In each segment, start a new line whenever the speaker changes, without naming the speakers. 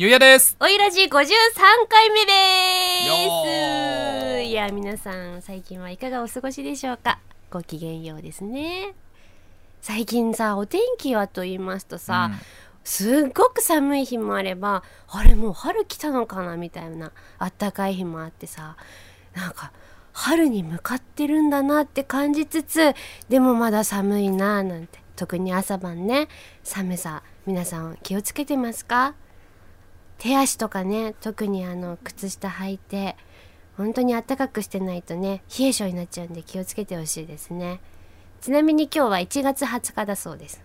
ゆうやです。
おいらじ53回目で
よ
す
ー
いや皆さん最近はいかがお過ごしでしょうかごきげんようですね最近さお天気はと言いますとさ、
うん
すっごく寒い日もあればあれもう春来たのかなみたいなあったかい日もあってさなんか春に向かってるんだなって感じつつでもまだ寒いななんて特に朝晩ね寒さ皆さん気をつけてますか手足とかね特にあの靴下履いて本当に暖かくしてないとね冷え性になっちゃうんで気をつけてほしいですねちなみに今日は1月20日だそうです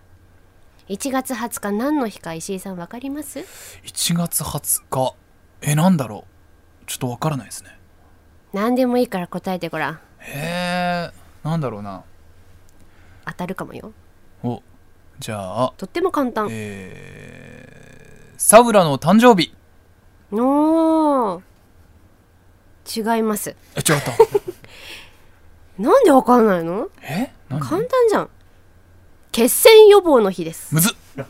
1月20日何の日か石井さんわかります
1月20日。え、なんだろう。ちょっとわからないですね。
何でもいいから答えてごらん
へえ、なんだろうな。
当たるかもよ
お、じゃあ、
とっても簡単
えー、サウラの誕生日。
おー違います
え、違った。
なんでわかんないの
え、なんで
簡単じゃん血栓予防の日です
むずっ。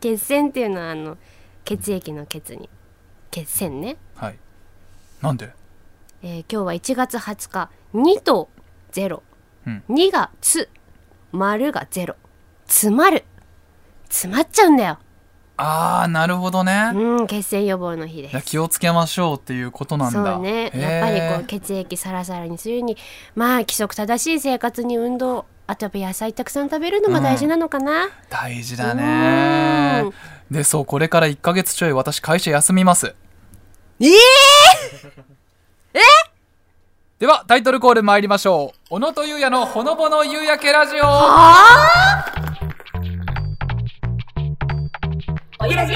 血栓っていうのはあの血液の血に血栓ね、
はい。なんで
えー今日は1月20日2と0、
うん
2が「つ」丸が「0」詰まる詰まっちゃうんだよ
あー、なるほどね。
うん血栓予防の日で
いや
す
気をつけましょうっていうことなんだ。
そうね
へー
やっぱりこう血液サラサラにするにまあ規則正しい生活に運動あとやっぱ野菜たくさん食べるのも大事なのかな、
大事だねでそうこれから1ヶ月ちょい私会社休みます
ええ
ではタイトルコール参りましょう小野とゆうやのほのぼの夕焼けラジオ
おゆらじ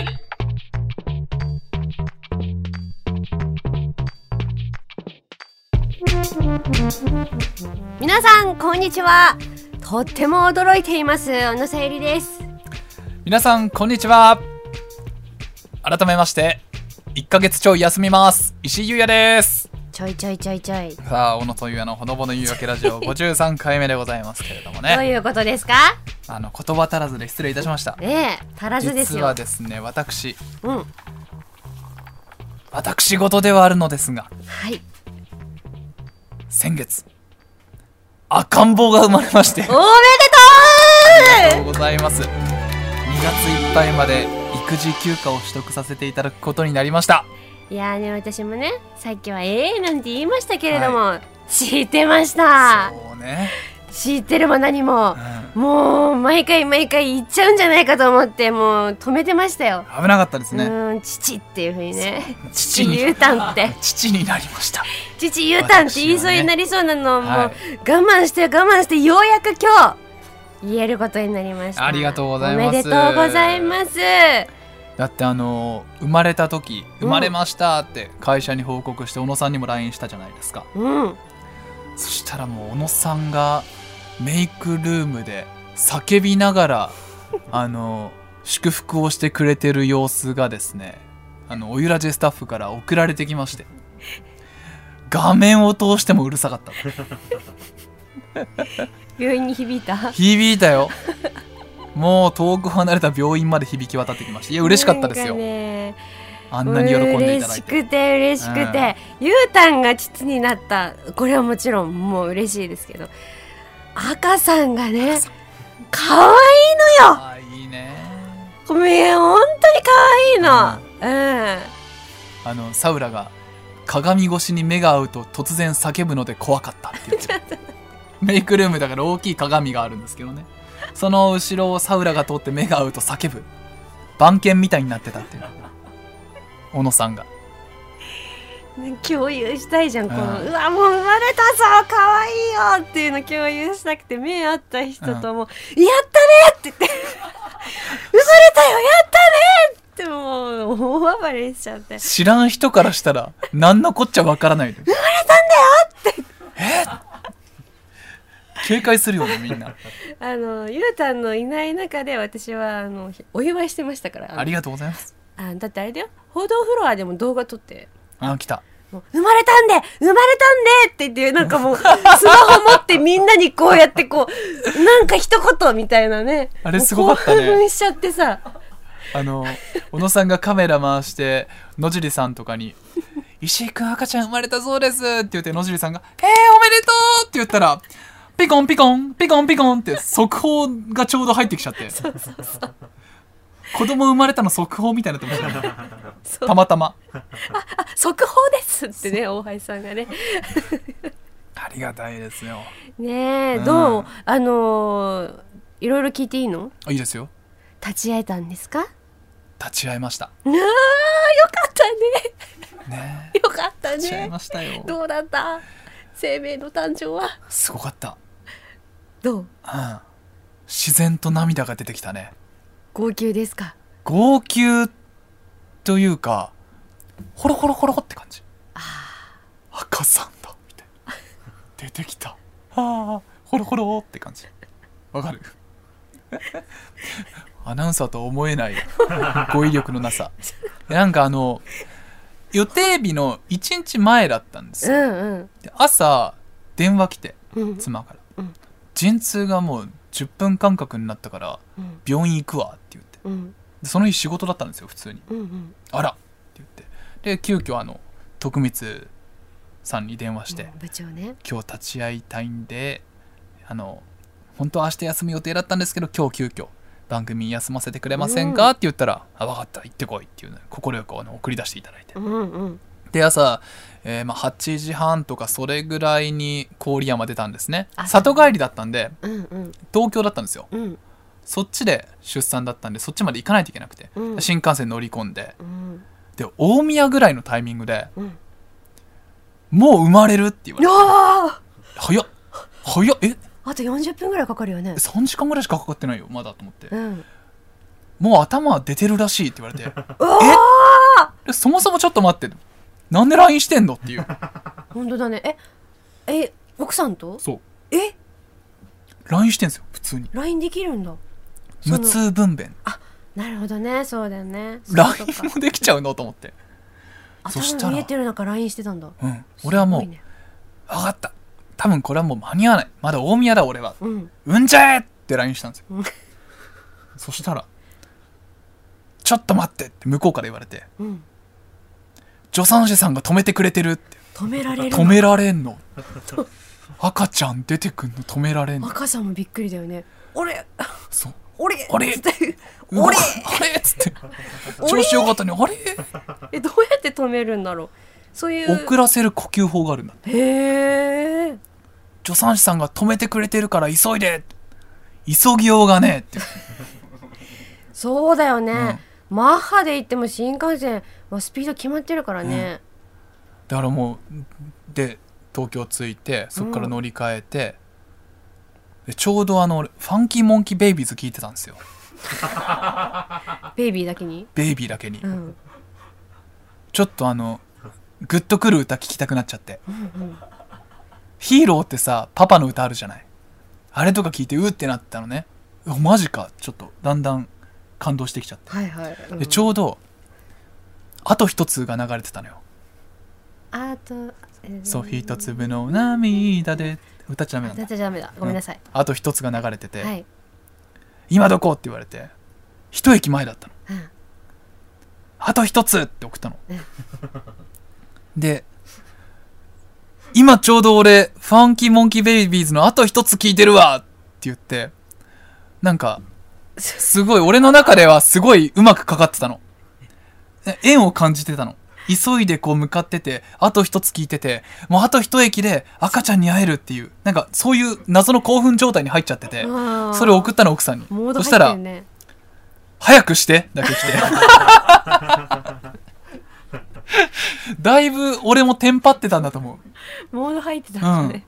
皆さんこんにちはとっても驚いています小野さゆりです
皆さんこんにちは改めまして1ヶ月ちょい休みます石井ゆうやです
ちょいちょいちょいちょい
さあ小野とゆうやのほのぼの夕焼けラ ジオ53回目でございますけれど
ど
も
う
ね
いうことですか
あの言葉足らずで失礼いたしました
ねえ足らずです
実
よ
はですね私
うんは
私事ではあるのですが
い
先月赤ん坊が生まれまして
お
あり
めで
がと
とう
うございます2月いっぱいまで育児休暇を取得させていただくことになりました
いやーね私もねさっきはええなんて言いましたけれども、知ってました
そうね、
知ってるも何も
うん、
もう毎回毎回言っちゃうんじゃないかと思ってもう止めてましたよ、
危なかったです
う
ね
ーん父っていうふうにね
父
父
に
言うたんって
父になりました
父言うたんって言いそうになりそうなのを、もう
は
我慢して我慢してようやく今日言えることになりました
ありがとうございます
おめでとうございます
だってあのー生まれた時生まれましたって会社に報告して小野さんにも LINE したじゃないですか
うん
そしたらもう小野さんがメイクルームで叫びな がらあの祝福をしてくれてる様子がですねあのおゆらじスタッフから送られてきまして画面を通してもうるさかった
病院に響いた
響いたよもう遠く離れた病院まで響き渡ってきましたいや嬉しかったです
なん
よ、
かね
あんなに喜んでいただ
嬉し
いて
くて嬉しくて、ゆうたんが父になったこれはもちろんもう嬉しいですけど赤さんがね可愛いのよ
あいいね
ごめん本当に可愛いの
あのサウラが鏡越しに目が合うと突然叫ぶので怖かったって言ってメイクルームだから大きい鏡があるんですけどねその後ろをサウラが通って目が合うと叫ぶ番犬みたいになってたっていう小野さんが
うん、共有したいじゃんこの、
う
うんわもう生まれたぞ可愛いよっていうの共有したくて目合った人とも「やったね!」って言って「生まれたよやったね!」ってもう大暴れしちゃって
知らん人からしたら何のこっちゃわからないで生まれたんだよってえ警戒するよねみんな
あのゆうたんのいない中で私はあのひお祝いしてましたからあの
ありがとうございます
あだってあれだよ報道フロアでも動画撮って
あ来た
もう生まれたんで生まれたんでって言ってなんかも うスマホ持ってみんなにこうやってこうなんか一言みたいなね
あれすごかったね
もう興奮しちゃってさ
あの小野さんがカメラ回して野尻さんとかに「石井くん赤ちゃん生まれたそうです」って言って野尻さんが「えー、おめでとう!」って言ったら「ピコンピコンピコンピコン」って速報がちょうど入ってきちゃって子供生まれたの速報みたいになってましたね
そう
たまたま
あ速報ですってね大橋さんがね
ありがたいですよ
ねえ、
うん
どうあのーいろいろ聞いていいの
あいいですよ
立ち会えたんですかあ
立ち会いました
あーよかったね
ね
よかった
立ち会い
ね
ましたよ
どうだった生命の誕生は
すごかった、
どう
うん、自然と涙が出てきたね
号泣ですか
号泣というかホロホロホロホって感じ赤さんだみたいな 出てきたああホロホロって感じわかる アナウンサーとは思えない語彙力のなさなんかあの予定日の1日前だったんです
う
よ
んうん
で朝電話来て
うん
妻から
うん
「陣痛がもう10分間隔になったから
うん
病院行くわ」って言って
うん
でその日仕事だったんですよ普通に
うんうん
「あら!」って言ってで急遽あの徳光さんに電話して
うん部長ね
「今日立ち会いたいんであの本当は明日休む予定だったんですけど今日急遽番組休ませてくれませんか?」
うん
って言ったら「あ分かった行ってこい」っていうのを快くあの送り出していただいて
うんうん
で朝、えーまあ、8時半とかそれぐらいに郡山出たんですね
あ
里帰りだったんで
うんうん
東京だったんですよ
うん
そっちで出産だったんでそっちまで行かないといけなくて、
うん
新幹線乗り込んで
うん
で大宮ぐらいのタイミングで
うん
もう生まれるって言わ
い
れ
や
て
ー
早っ早っえ
あと40分ぐらいかかるよね
3時間ぐらいしかかかってないよまだと思って
うん
もう頭は出てるらしいって言われて
うわ
でそもそもちょっと待ってなんで LINE してんのっていう
ー本当だねええ奥さんと
そう
え
LINE してんですよ普通に
LINE できるんだその
無痛分娩
なるほどねそうだよね
ライ
そう
ン
いうことか
もできちゃうのと思って、そした
頭
ら
見えてる中 LINE してたんだ
うん、俺はもう、
すごいね
分かった多分これはもう間に合わないまだ大宮だ俺は
うん
うんじゃえって LINE したんですよ
うん
そしたら「ちょっと待って」って向こうから言われて
うん
「助産師さんが止めてくれてる」って
止めら
「
れる
止められんの」赤ちゃん出てくんの止められんの
赤さんもびっくりだよね俺
そう
俺
俺
つって
うわ
俺
あれっつって調子よかったのにあれ
えどうやって止めるんだろうそういう
遅らせる呼吸法があるんだ
へえ
助産師さんが止めてくれてるから急いで急ぎようがねえって
そうだよね、マッハで行っても新幹線はスピード決まってるからね、
だからもうで東京着いてそこから乗り換えて、でちょうどあの俺ファンキーモンキーベイビーズ聞いてたんですよ
ベイビーだけに
ベイビーだけに、
うん
ちょっとあのグッとくる歌聞きたくなっちゃって、ヒーローってさパパの歌あるじゃないあれとか聞いてうってなったのねおマジかちょっとだんだん感動してきちゃって、
はいはい、うん
でちょうどあと一つが流れてたのよ
あと、えー
「そう一粒の涙で」歌っちゃダメなん
だ
だ
っちゃダメだごめんなさい、
あと一つが流れてて、
はい、
今どこって言われて一駅前だったの
うん
あと一つって送ったの
うん
で今ちょうど俺ファンキーモンキーベイビーズのあと一つ聞いてるわって言ってなんかすごい俺の中ではすごいうまくかかってたの縁を感じてたの急いでこう向かっててあと一つ聞いててもうあと一駅で赤ちゃんに会えるっていうなんかそういう謎の興奮状態に入っちゃってて
あー
それを送ったの奥さんに
モード入
そし
ったてる
ら
ね
早くしてだ け来てだいぶ俺もテンパってたんだと思
モード入ってたんだね,、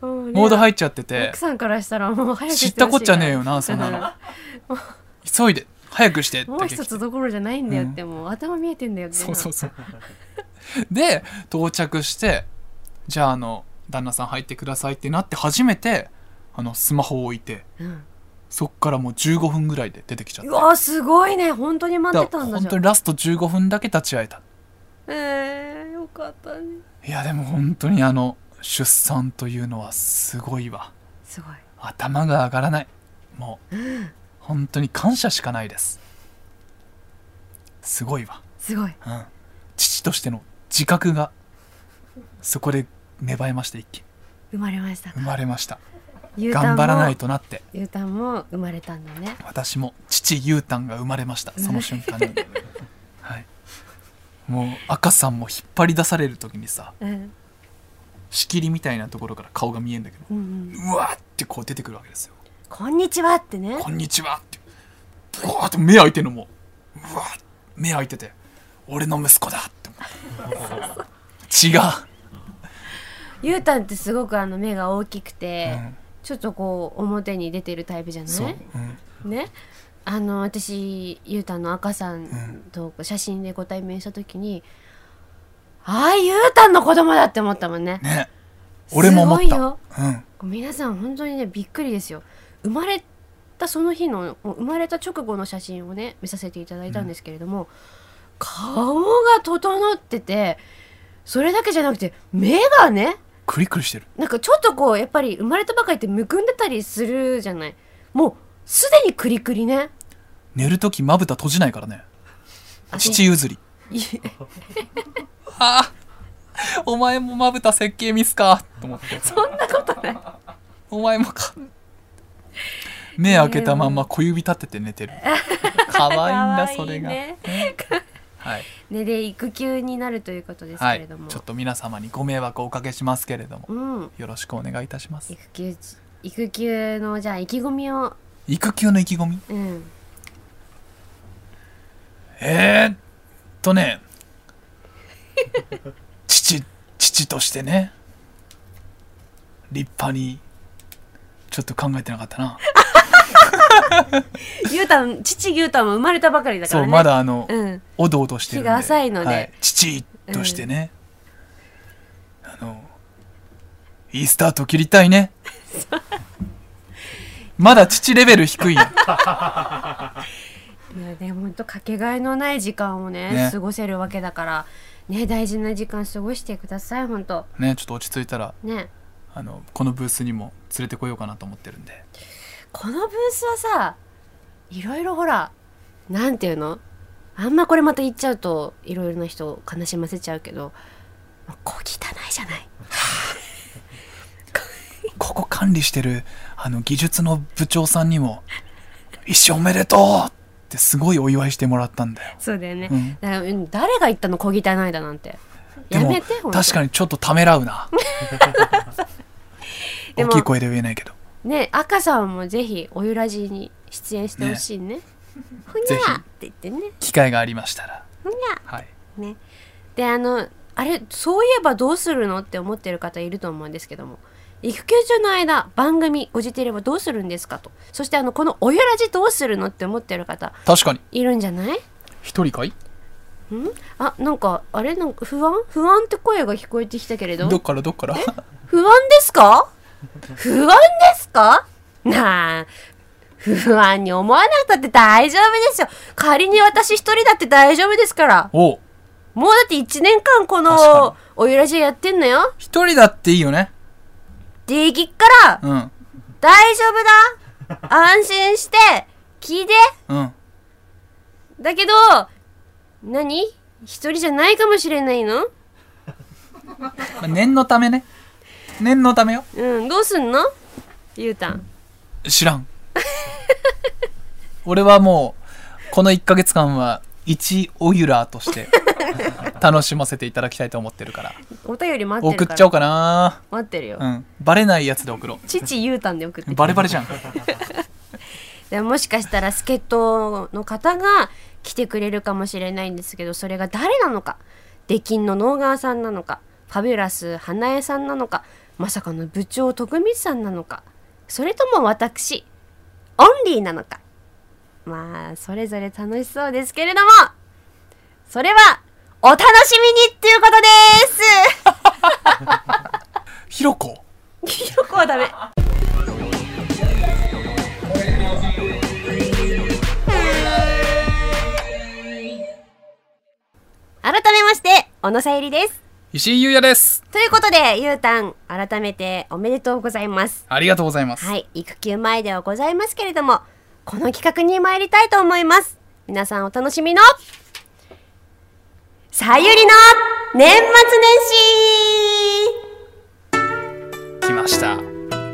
もう
う
ね
モード入っちゃってて
奥さんからしたらもう早く
知
し
ってた
ほ
こっ
しい
ちゃねえ
よ
よなそんなの急いで早くして
もう
だけ
一
来て
つどころじゃないんだよって、もう頭見えてんだよって
そうそうそうで到着してじゃああの旦那さん入ってくださいってなって初めてあのスマホを置いて
うん、
そっからもう15分ぐらいで出てきちゃっ
う
た
わすごいね本当に待って
だか
た
ら
んだ
本
じゃ
当
ん
にラスト15分だけ立ち会えた
えー、よかったね
いやでも本当にあの出産というのはすごいわ
すごい
頭が上がらないもう本当に感謝しかないですすごいわ、
すごい
うん、父としての自覚がそこで芽生えまして一気に
生まれました
生まれました
ゆうたん
頑
も
張らないとなって
ゆうたんも生まれたんだね
私も父ゆうたんが生まれましたその瞬間にはいもう赤さんも引っ張り出される時にさ
うん
仕切りみたいなところから顔が見えるんだけど
うんうん
うわーってこう出てくるわけですよ
こんにちはってね
こんにちはってブワーって目開いてるのもうわー目開いてて俺の息子だって 思う
ゆうたんってすごくあの目が大きく
違う、
て、
うん
ちょっとこう表に出てるタイプじゃ
そう、う
ない
ん、
ねあの私ゆうたんの赤さん
ん
と写真でご対面した時に、ああゆうたんの子供だって思ったもんね
ね俺も思っ
すご
た
いよ
うん
皆さん本当にねびっくりですよ生まれたその日のもう生まれた直後の写真をね見させていただいたんですけれども、顔が整っててそれだけじゃなくて目がね
クリクリしてる
なんかちょっとこうやっぱり生まれたばかりってむくんでたりするじゃないもうすでにクリクリね
寝る時まぶた閉じないからね
あ
父譲り
い
ああお前もまぶた設計ミスかと思っ て
そんなことない
お前もか目開けたまんま小指立てて寝 てる可愛いんだそれ
可
が、
愛いね
はい、
ねで育休になるということです
は
けれ
い、
ども、
ちょっと皆様にご迷惑をおかけしますけれども
うん
よろしくお願いいたします
育休育休のじゃあ意気込みを
育休の意気込み
うん
えー、っ とね父父としてね立派にちょっと考えてなかったな
ゆうたん父ゆうたんも生まれたばかりだから
そ
ね
うまだあの、
うん
おどおどしてるんで
日が浅いので
はい、父としてね、あのいいスタートを切りたい ねまだ父レベル低いよ
いやでも本当かけがえのない時間をね
ね
過ごせるわけだからね大事な時間過ごしてください本当
ねちょっと落ち着いたら
ね
あのこのブースにも連れてこようかなと思ってるんで
このブースはさいろいろほらなんていうのあんまこれまた言っちゃうといろいろな人を悲しませちゃうけどまあ小汚いじゃない
ここ管理してるあの技術の部長さんにも「一生おめでとう!」ってすごいお祝いしてもらったんだよ
そうだよね、
うん
だからうん誰が言ったの小汚いだなんて
で
や
も
めてほんと
確かにちょっとためらう な
で
大
も
きい声で言えないけど
ね赤さんもぜひおゆらじに出演してほしいねふに
ぜひ
ゃーって言ってね
機会がありましたら
ふにゃ
はい
ーねであのあれそういえばどうするのって思ってる方いると思うんですけども育休中の間番組ご自テレはどうするんですかとそしてあのこのおゆらじどうするのって思ってる方
確かに
いるんじゃないん
一人かい
あなんかあれなんか不安不安って声が聞こえてきたけれど
どっからどっから
不安ですか不安ですかなあ、不安に思わなくたって大丈夫ですよ。仮に私一人だって大丈夫ですから。
おう
もうだって1年間こ
確か
のおゆらじやってんのよ。
一人だっていいよね
できっから
うん
大丈夫だ安心して聞いて
うん
だけど、何一人じゃないかもしれないの
まあ念のためね念のためよ
うん、どうすんのゆうたん。
知らん俺はもうこの1ヶ月間は一オユラーとして 楽しませていただきたいと思ってるから
お便り待ってる
送っ
から。
ちゃおうかな
待ってるよ。
うんバレないやつで送ろ
父ゆうたんで送って
うバレバレじゃん
でもしかしたら助っ人の方が来てくれるかもしれないんですけどそれが誰なのか出禁の能川さんなのかファビュラス花江さんなのかまさかの部長徳光さんなのかそれとも私オンリーなのかまあそれぞれ楽しそうですけれどもそれはお楽しみにっていうことです
ひろこ
ひろこはダメ。改めまして、小野さゆりです。
石井優也です
ということで、ゆうたん、改めておめでとうございます。
ありがとうございます、
はい、育休前ではございますけれども、この企画に参りたいと思います。皆さんお楽しみの、さゆりの年末年始
来ました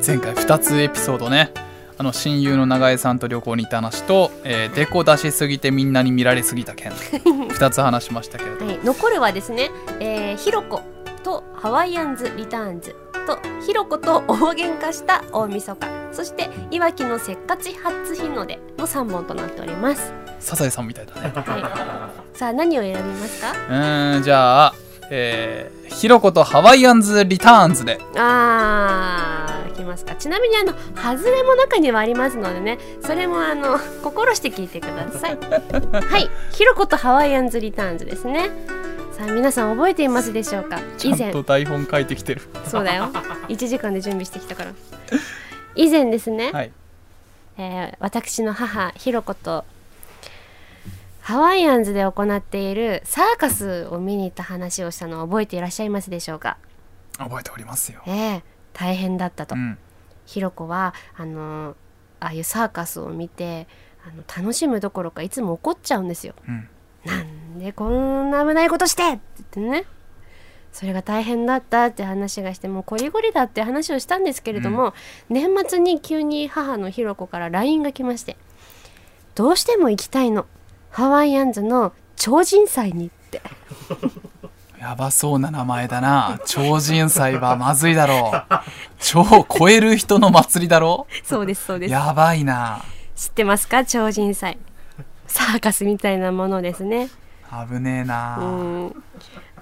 前回2つエピソードねあの親友の永江さんと旅行に行った話と、えーデコ出しすぎてみんなに見られすぎた 件2つ話しましたけれど
はい、残るはですね、えー、ひろことハワイアンズリターンズとひろこと大喧嘩した大晦日そしていわきのせっかち初日の出の3本となっております、
サザエさんみたいだね
はい、さあ何を選びますか
うーんじゃあえー、ひろことハワイアンズリターンズで
あー来ますかちなみにあの外れも中にはありますのでねそれもあの心して聞いてくだ さいはいひろことハワイアンズリターンズですねさあ皆さん覚えていますでしょうか
ち
以
ゃ
前
んと台本書いてきてる
そうだよ1時間で準備してきたから以前ですね、
はい
えー私の母ひろことハワイアンズで行っているサーカスを見に行った話をしたのを覚えていらっしゃいますでしょうか
覚えておりますよ
ええ大変だったと
うん
ひろこはあのーああいうサーカスを見てあの楽しむどころかいつも怒っちゃうんですよ
うん
なんでこんな危ないことしてって言ってねそれが大変だったって話がしてもうこりごりだって話をしたんですけれども、年末に急に母のひろこから LINE が来まして「どうしても行きたいのハワイアンズの超人祭に」って
やばそうな名前だな超人祭はまずいだろう超超える人の祭りだろ
そうですそうです
やばいな
知ってますか超人祭サーカスみたいなものですね
危ねえな、
うん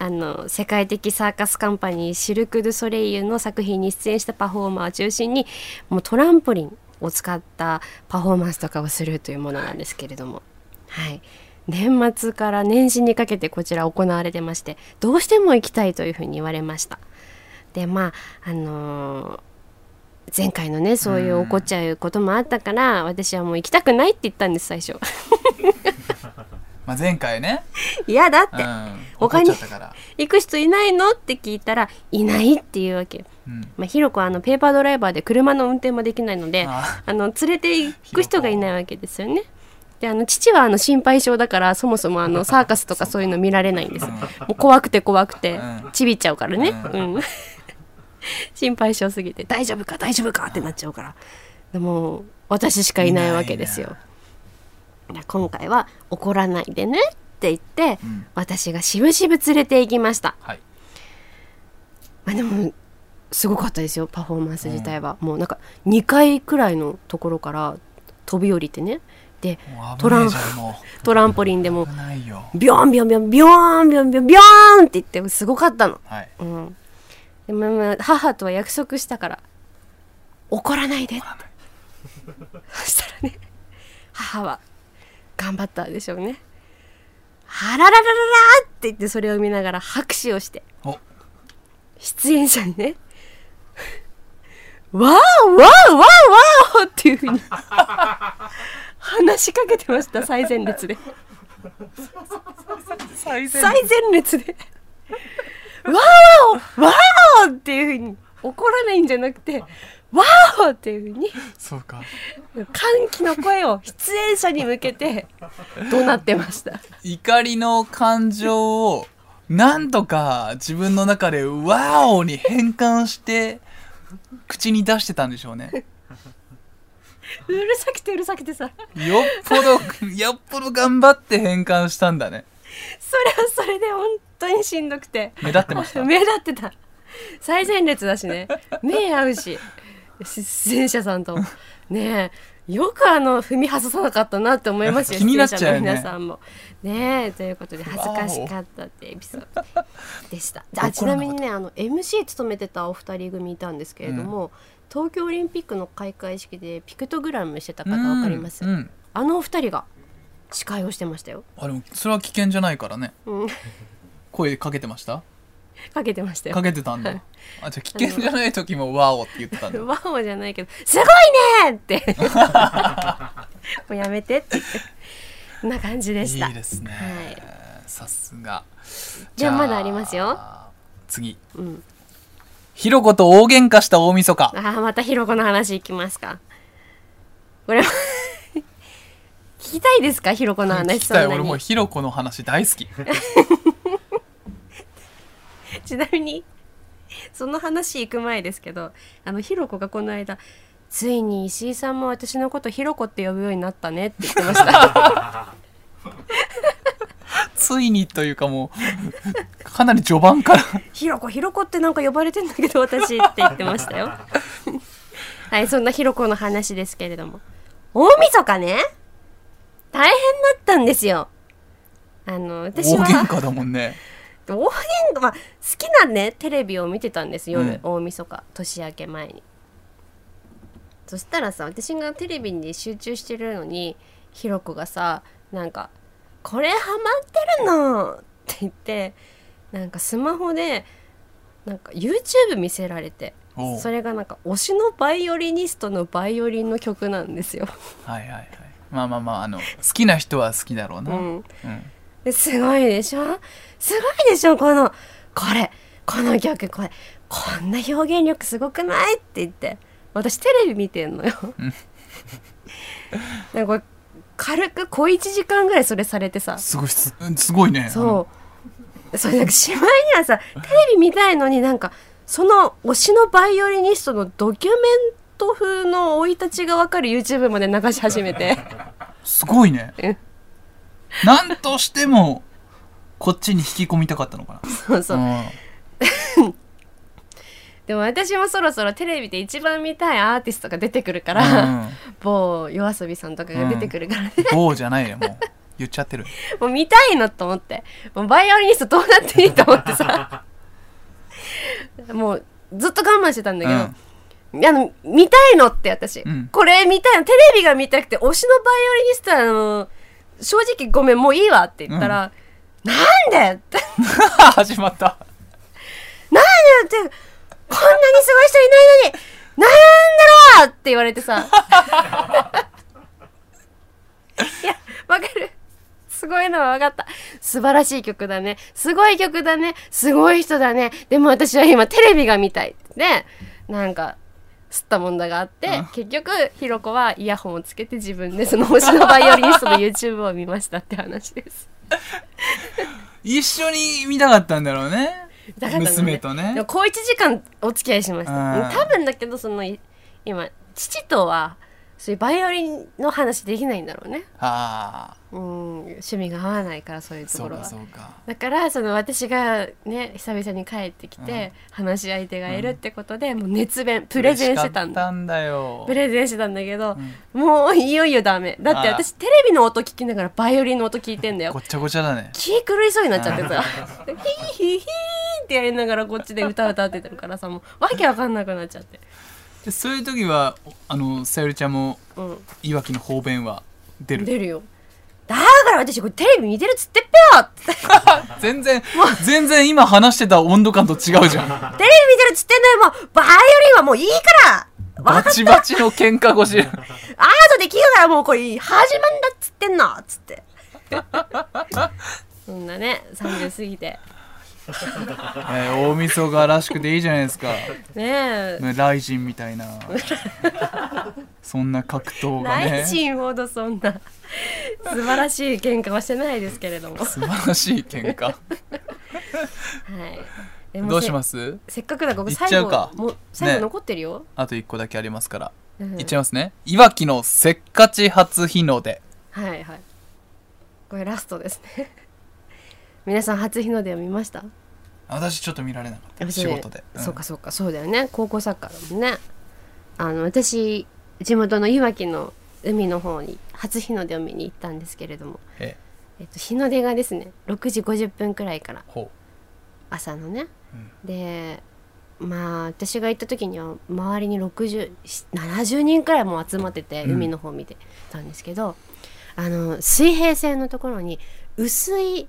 あの世界的サーカスカンパニーシルク・ドゥ・ソレイユの作品に出演したパフォーマーを中心にもうトランポリンを使ったパフォーマンスとかをするというものなんですけれども、はい、年末から年始にかけてこちら行われてましてどうしても行きたいというふうに言われました。でまああのー前回のねそういう怒っちゃうこともあったから私はもう行きたくないって言ったんです最初
まあ、前回ね、
嫌だって
うん、怒
他
っ
に
ちゃったから、
行く人いないのって聞いたらいないっていうわけ、
うん、
まあ、ひろこはあのペーパードライバーで車の運転もできないので
あ
あの連れて行く人がいないわけですよねであの父はあの心配性だからそもそもあのサーカスとかそういうの見られないんです
うん
もう怖くて怖くて
うん
ちびっちゃうからね
う
うん 心配性すぎて大丈夫か大丈夫かってなっちゃうからでも私しかいないわけですよだから今回は怒らないでねって言って
うん
私がしぶしぶ連れて行きました
はい
まあでもすごかったですよパフォーマンス自体は、もうなんか2回くらいのところから飛び降りてねで
もう
ト
危
ラ
ね
ン
えじゃんも
トランポリンで
う
も
危ないよ
ビョンビョンビョンビョンビョンビョンビョンって言ってすごかったの、
はい
うん、でもまあ母とは約束したから怒らないで
怒らない
そしたらね母は頑張ったでしょうねあらららららって言ってそれを見ながら拍手をして
お
出演者にね 「わーわーわーわーっていうふうに話しかけてました最前列で
最
最前列で「わーおわーお!」っていうふうに怒らないんじゃなくて「わーお!」っていうふうに
そうか
歓喜の声を出演者に向けて怒鳴ってました
怒りの感情をなんとか自分の中で「ワオ!」に変換して口に出してたんでしょうね
うるさくてうるさくてさ
よっ ぽどよっぽど頑張って変換したんだね
それはそれで本当にしんどくて
目立ってまし た
目立ってた最前列だしね目合うし出演者さんともねえよくあの踏み外さなかったなって思いますよ
気になっちゃうよね
出演者の皆さんもねえということで恥ずかしかったってエピソードで したあちなみにねあの MC 務めてたお二人組いたんですけれども、東京オリンピックの開会式でピクトグラムしてた方わかります、
うんうん
あのお二人が司会をしてましたよ、
あでもそれは危険じゃないからね
うん、
声かけてました
かけてましたよ
かけてたんだあじゃあ危険じゃない時も「ワオ!」って言ってたんだ
ワオじゃないけど「すごいね!」ってもうやめてってこんな感じでした
いいですね、さすが
じゃあまだありますよ
次
うん、
ひろこと大喧嘩した大晦日
あーまたひろこの話いきますかこれは聞きたいですかひろこの話
聞きたい
そんな
俺
に
もうひろこの話大好き
ちなみにその話行く前ですけどあのひろこがこの間「ついに石井さんも私のことひろこって呼ぶようになったね」って言ってました
ついにというかもうかなり序盤から
「ひろこひろこってなんか呼ばれてんだけど私」って言ってましたよはいそんなひろこの話ですけれども大晦日ね大変だったんですよあの
大
私は
喧嘩だもんね
大喧嘩、まあ、好きなねテレビを見てたんです夜、
うん
大晦日年明け前にそしたらさ私がテレビに集中してるのにひろこがさなんか「これハマってるの!」って言ってなんかスマホでなんか YouTube 見せられて
おう
それがなんか推しのバイオリニストのバイオリンの曲なんですよ、
はいはいはいまあまあまああの好きな人は好きだろう
う
な、うん
ん、ですごいでしょすごいでしょこのこれこの曲これこんな表現力すごくないって言って私テレビ見てんのよ
うん。
なんかこれ軽く小1時間ぐらいそれされてさ
すごいすうんすごいね
そうそれなんかしまいにはさテレビ見たいのになんかその推しのバイオリニストのドキュメント風の生い立ちがわかる YouTube まで流し始めて。
あのすごいね
うん
なんとしてもこっちに引き込みたかったのかな
そうそう
うん
でも私もそろそろテレビで一番見たいアーティストが出てくるから、
うん
某夜遊びさんとかが出てくるからね、
棒じゃないよもう言っち ゃってる
もう見たいなと思ってもうバイオリニストどうなっていいと思って さもうずっと我慢してたんだけど、あの見たいのって私、
うん
これ見たいのテレビが見たくて推しのバイオリニストはあの正直ごめんもういいわって言ったら、なんでって
うん、始まった
なんでってこんなにすごい人いないのになんだろうって言われて さいやわかるすごいのは分かった素晴らしい曲だねすごい曲だねすごい人だねでも私は今テレビが見たいでなんか吸ったもんだがあって、
うん
結局ひろこはイヤホンをつけて自分でその星のバイオリニストの YouTube を見ましたって話です
一緒に見たかったんだろうね
だからね
娘とね
でも高1時間お付き合いしまし
うん
た多分だけどそのい今父とはそういうバイオリンの話できないんだろうね
ああ
うん趣味が合わないからそういうと
そ
こ
う
ろは
かそうか
だからその私がね久々に帰ってきて、話し相手がいるってことで、もう熱弁プレゼンしてたん
嬉しかっ
だ
たんだよ
プレゼンしてたんだけど
う、ん
もういよいよダメだって
あら
私テレビの音聞きながらバイオリンの音聞いてんだよ
ごっちゃごちゃだね
気狂いそうになっちゃってさ「ヒーヒーヒー」ってやりながらこっちで歌歌っててるからさもうわけわかんなくなっちゃって
でそういう時はあのさゆりちゃんも
うん
いわきの方便は出る
出るよだから私これテレビ見てるっつってっぺよって
全然全然今話してた温度感と違う じゃん
テレビ見てるっつってんのよもうバイオリンはもういいからわ
バ
かっ
チバチの喧嘩腰
ア ートできるからもうこれ始まんだっつってんのっつって そんなね30過ぎて
えー大晦日らしくていいじゃないですか
ねえ
ねライジンみたいな そんな格闘がね
内心ほどそんな素晴らしい喧嘩はしてないですけれ ども、は
素晴らしい喧嘩
い、でも
どうし
せ
ます
せっかくだから僕
行っ
最
ちゃうか
後もう最後残ってるよ、
あと1個だけありますから
うん
いっちゃいますねいわきのせっかち初日の出
はいはいこれラストですね 皆さん初日の出を見ました
私ちょっと見られなかった仕事で、ん
そうかそうかそうだよね高校サッカーだもんねあの私地元のいわきの海の方に初日の出を見に行ったんですけれども、
ええ
えっと、日の出がですね6時50分くらいから
ほ
朝のね、でまあ私が行った時には周りに6070人くらいもう集まってて
うん
海の方見てたんですけど、あの水平線のところに薄い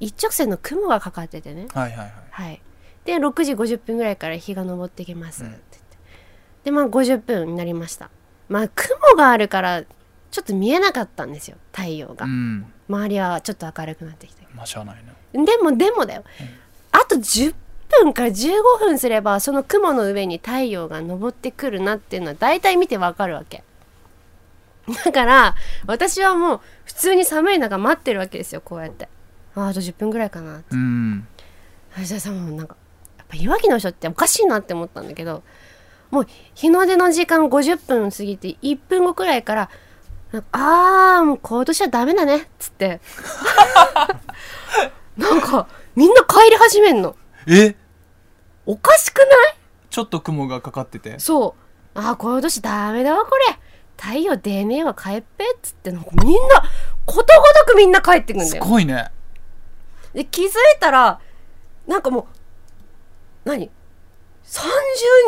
一直線の雲がかかっててね
うはいはいはい
はい、で6時50分ぐらいから日が昇ってきます
う
っ
ん
て言って、でまあ50分になりましたまあ雲があるからちょっと見えなかったんですよ太陽が、
うん
周りはちょっと明るくなってきて
まあしゃあないね
でもでもだよ、あと10分から15分すればその雲の上に太陽が昇ってくるなっていうのは大体見てわかるわけだから私はもう普通に寒い中待ってるわけですよこうやってああと10分ぐらいかなって
うん
吉田さんもなんかやっぱいわきの人っておかしいなって思ったんだけどもう日の出の時間50分過ぎて1分後くらいからなんかあーもう今年はダメだねっつって なんかみんな帰り始めんの
え
おかしくない
ちょっと雲がかかってて
そうあー今年ダメだわこれ太陽出ねえわ帰っぺっつってなんかみんなことごとくみんな帰ってくんだ
す
よ
ごいね
で気づいたらなんかもう何30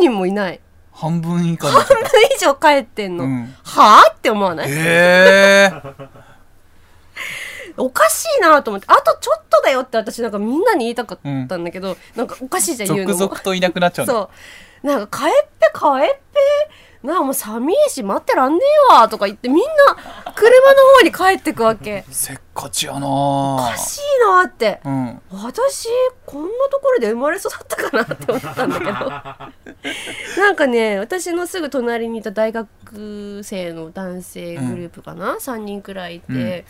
人もいない
半分以下になっちゃっ
半分以上帰ってん
た
の、
うん
はあって思わない
ええ
おかしいなと思ってあとちょっとだよって私なんかみんなに言いたかったんだけど、なんかおかしいじゃん言うの
続
も
々といなくなっちゃうの
そうなんか帰って帰ってなあもう寒いし待ってらんねえわとか言ってみんな車の方に帰ってくわけ
せっかちやな
お
お
かしいなって
うん
私こんなところで生まれ育ったかなって思ったん だけどなんかね私のすぐ隣にいた大学生の男性グループかな、3人くらいいて、
うん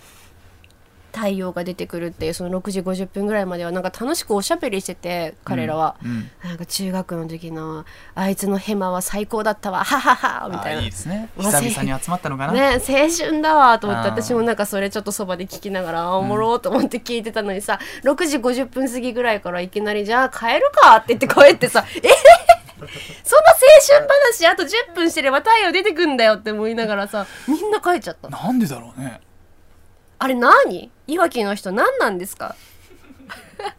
太陽が出てくるっていうその6時50分ぐらいまではなんか楽しくおしゃべりしてて彼らは、
うん
なんか中学の時のあいつのヘマは最高だったわはははみ
あ
たい
ー
ない
いですね
うわ
久々に集まったのかな、
ね、青春だわと思って
あー
私もなんかそれちょっとそばで聞きながらあーおもろーと思って聞いてたのにさ、6時50分過ぎぐらいからいきなり「じゃあ帰るか」って言って帰ってさ 「えーそんな青春話あと10分してれば太陽出てくんだよ」って思いながらさみんな帰っちゃったの
なんでだろうね
あれ何いわきの人何なんですか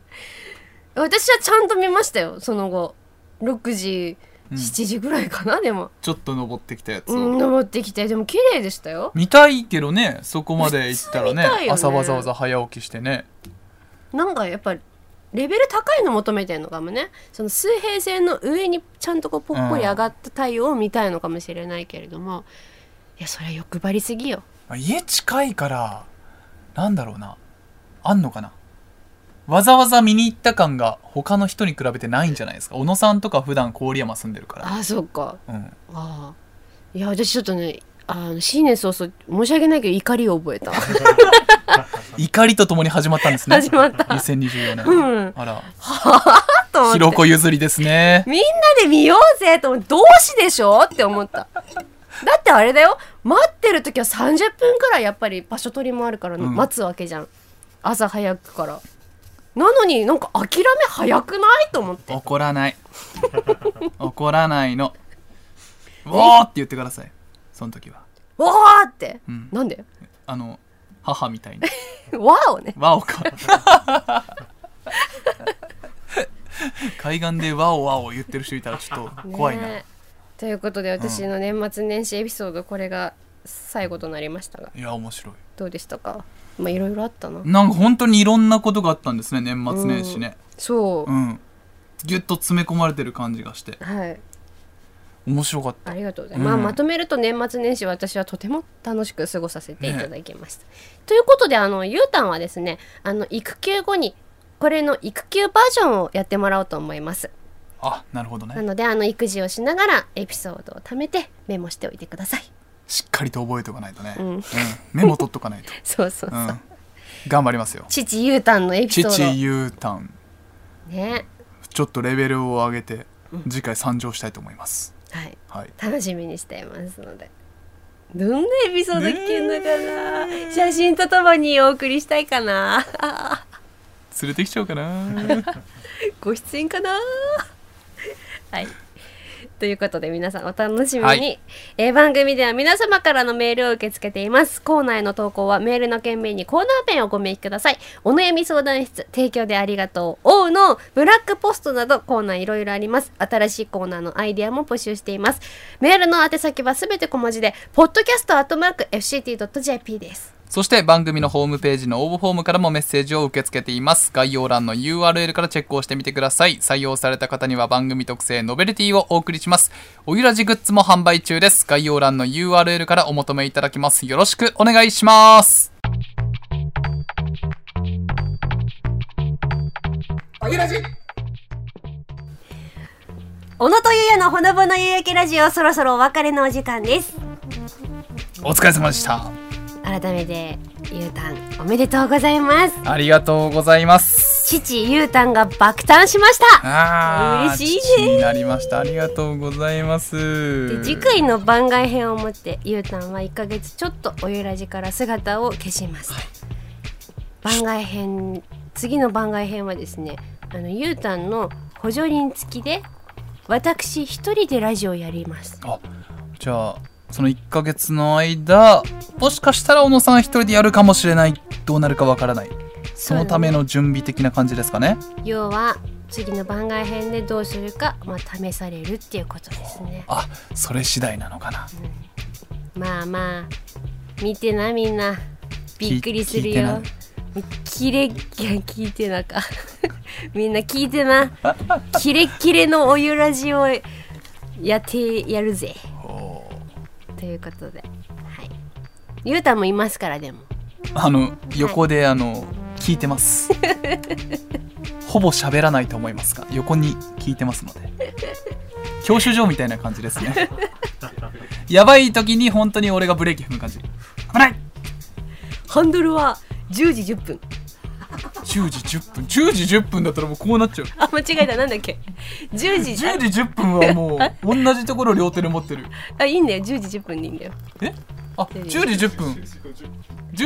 私はちゃんと見ましたよその後6時
うん
7時ぐらいかな、でも、
ちょっと登ってきたやつ
う
を、
ん、登ってきてでも綺麗でしたよ
見たいけどねそこまで行ったら
普通見
ね
たいよね
朝わざわざ早起きしてね
なんかやっぱりレベル高いの求めてんのかもねその水平線の上にちゃんとこうぽっこり上がった太陽を見たいのかもしれないけれども、いやそれは欲張りすぎよ
まあ家近いからなんだろうなあんのかなわざわざ見に行った感が他の人に比べてないんじゃないですか小野さんとか普段郡山住んでるか、
ああそうから
うん、
ああいや私ちょっとねあの新年早々申し訳ないけど怒りを覚え た
怒りとともに始まったんですね
始まった
2024年、
うん
あら
と思って
ひろこ譲りですね
みんなで見ようぜと思って同志でしょって思っただってあれだよ待ってる時は30分くらいやっぱり場所取りもあるから
うん
待つわけじゃん、朝早くからなのになんか諦め早くないと思って
怒 らない怒らないの「うおー!」って言ってくださいその時は
わーって、
うん
なんで
あの母みたいに
わーをね
「わおか」海岸で「わおわお」言ってる人いたらちょっと 怖いな、
ねえということで私の年末年始エピソードこれが最後となりましたが
いや面白い
どうでしたかまあいろいろあったな
なんか本当にいろんなことがあったんですね年末年始ね
そう、
うん、ぎゅっと詰め込まれてる感じがして
はい
面白かった
ありがとうござい
うん
ます、まあ、まとめると年末年始私はとても楽しく過ごさせていただきました。ということであのゆうたんはですねあの育休後にこれの育休バージョンをやってもらおうと思います。
あなるほど
な
ね
のであの育児をしながらエピソードを貯めてメモしておいてください。
しっかりと覚えておかないとね、
う
うんん、メモ取っとかないと、
そうそうそう。
うん、頑張りますよ
父ゆうた んのエピソ
父
ー
ゆうたん
ドね
ちょっとレベルを上げて次回参上したいと思います、
はい
はい
楽しみにしていますので。どんなエピソード聞けるのかな、写真とともにお送りしたいかな
連れてきちゃおうかな
ご出演かな はい。ということで皆さんお楽しみに、
はい
えー番組では皆様からのメールを受け付けていますコーナーへの投稿はメールの件名にコーナーペンをご明記くださいお悩み相談室提供でありがとう o のブラックポストなどコーナーいろいろあります新しいコーナーのアイディアも募集していますメールの宛先はすべて小文字で podcast.fct.jp です
そして番組のホームページの応募フォームからもメッセージを受け付けています概要欄の URL からチェックをしてみてください採用された方には番組特製ノベルティをお送りしますおゆらじグッズも販売中です概要欄の URL からお求めいただきますよろしくお願いしますおゆらじ
小野とゆやのほのぼの夕焼けラジオそろそろお別れのお時間です
お疲れ様でした
改めてゆうたんおめでとうございます
ありがとうございます
父ゆうたんが爆誕しました
あー
嬉しいね
父になりましたありがとうございます
で次回の番外編をもってゆうたんは1ヶ月ちょっとおゆらじから姿を消します、番外編次の番外編はですねあのゆうたんの補助輪付きで私一人でラジオやります
あじゃあその1ヶ月の間もしかしたら小野さん一人でやるかもしれないどうなるかわからないそのための準備的な感じですかね
要は次の番外編でどうするか、まあ、試されるっていうことですね
あそれ次第なのかな
まあまあ見てなみんなびっくりするよキレッキャ聞いてなか みんな聞いてなキレッキレのおゆらじをやってやるぜ
お
ということで、はい、ゆうたもいますからでも
あの横であの聞いてますほぼ喋らないと思いますが横に聞いてますので教習所みたいな感じですねやばい時に本当に俺がブレーキ踏む感じ危ない
ハンドルは10時10分
10時10分10時10分だったらもうこうなっちゃう
あ間違えたなんだっけ10時
10時10分はもう同じところ両手で持ってる
あいいんだよ10時10分でいいんだよ
えあ10時10分10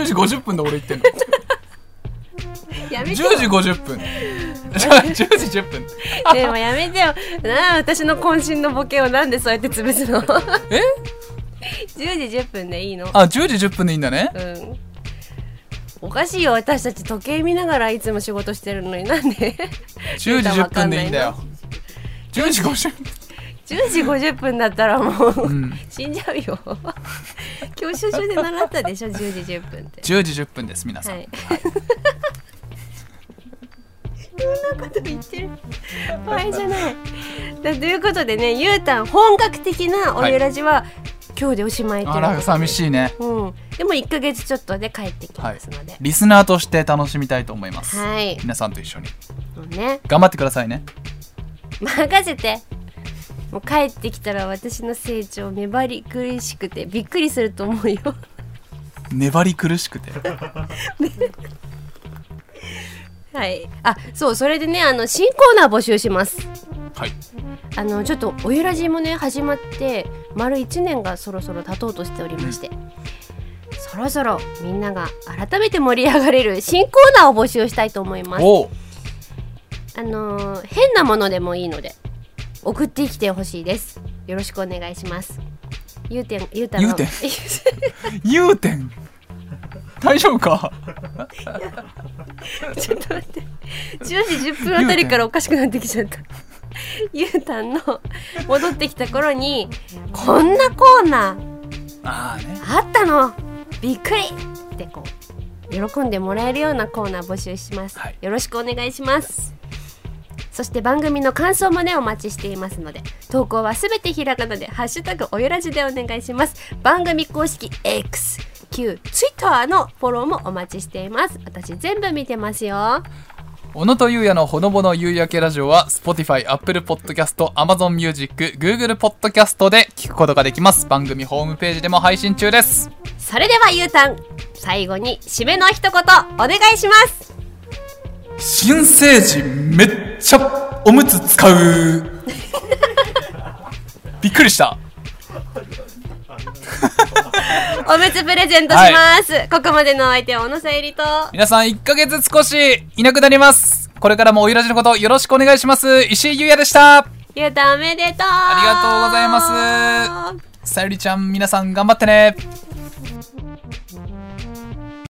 時50分で俺言ってんの
やめてよ
10時50分じゃあ10時10分
でもやめてよなあ私の渾身のボケをなんでそうやって潰すの10
え
時10分でいいの
あ10時10分でいいんだね
うんおかしいよ私たち時計見ながらいつも仕事してるのになんで
10時10分でいいんだよ10時50分
10時50分だったらもう、
ん
死んじゃうよ教習所で習ったでしょ10時10分って
10時10分です皆さ
は
ん、
いそんなこと言ってる場合じゃないだということでねゆうたん本格的なおゆらじは、今日でおしまいって
あら寂
い、
しいね
うん、でも1ヶ月ちょっとで帰ってきますので、
リスナーとして楽しみたいと思います、
はい
皆さんと一緒に
もうね
頑張ってくださいね
任せてもう帰ってきたら私の成長目張り苦しくてびっくりすると思うよ
粘り苦しくて
はいあそうそれでねあの新コーナー募集します
はい
あのちょっとおゆらじもね始まって丸1年がそろそろ経とうとしておりまして、そろそろみんなが改めて盛り上がれる新コーナーを募集したいと思います
おう
あのー変なものでもいいので送ってきてほしいですよろしくお願いしますゆうてんゆうたの
ゆうてん融点大丈夫か
ちょっと待って10時10分あたりからおかしくなってきちゃ ったゆうたんの戻ってきた頃にこんなコーナー
ああね
あったのびっくりってこう喜んでもらえるようなコーナー募集します、
はい
よろしくお願いしますそして番組の感想もねお待ちしていますので投稿はすべてひらがなでハッシュタグおよらじでお願いします番組公式 X 旧 Twitter のフォローもお待ちしています私全部見てますよ
小野とゆうやのほのぼの夕焼けラジオは Spotify、Apple Podcast、Amazon Music、Google Podcast で聞くことができます番組ホームページでも配信中です
それではゆうたん最後に締めの一言お願いします
新成人めっちゃおむつ使う びっくりした
おむつプレゼントします、ここまでのお相手は小野さゆりと
皆さん1ヶ月少しいなくなりますこれからもおゆらじのことよろしくお願いします石井優也でした
ゆうたおめでとうあ
りがとうございます
ます
さゆりちゃん皆さん頑張ってね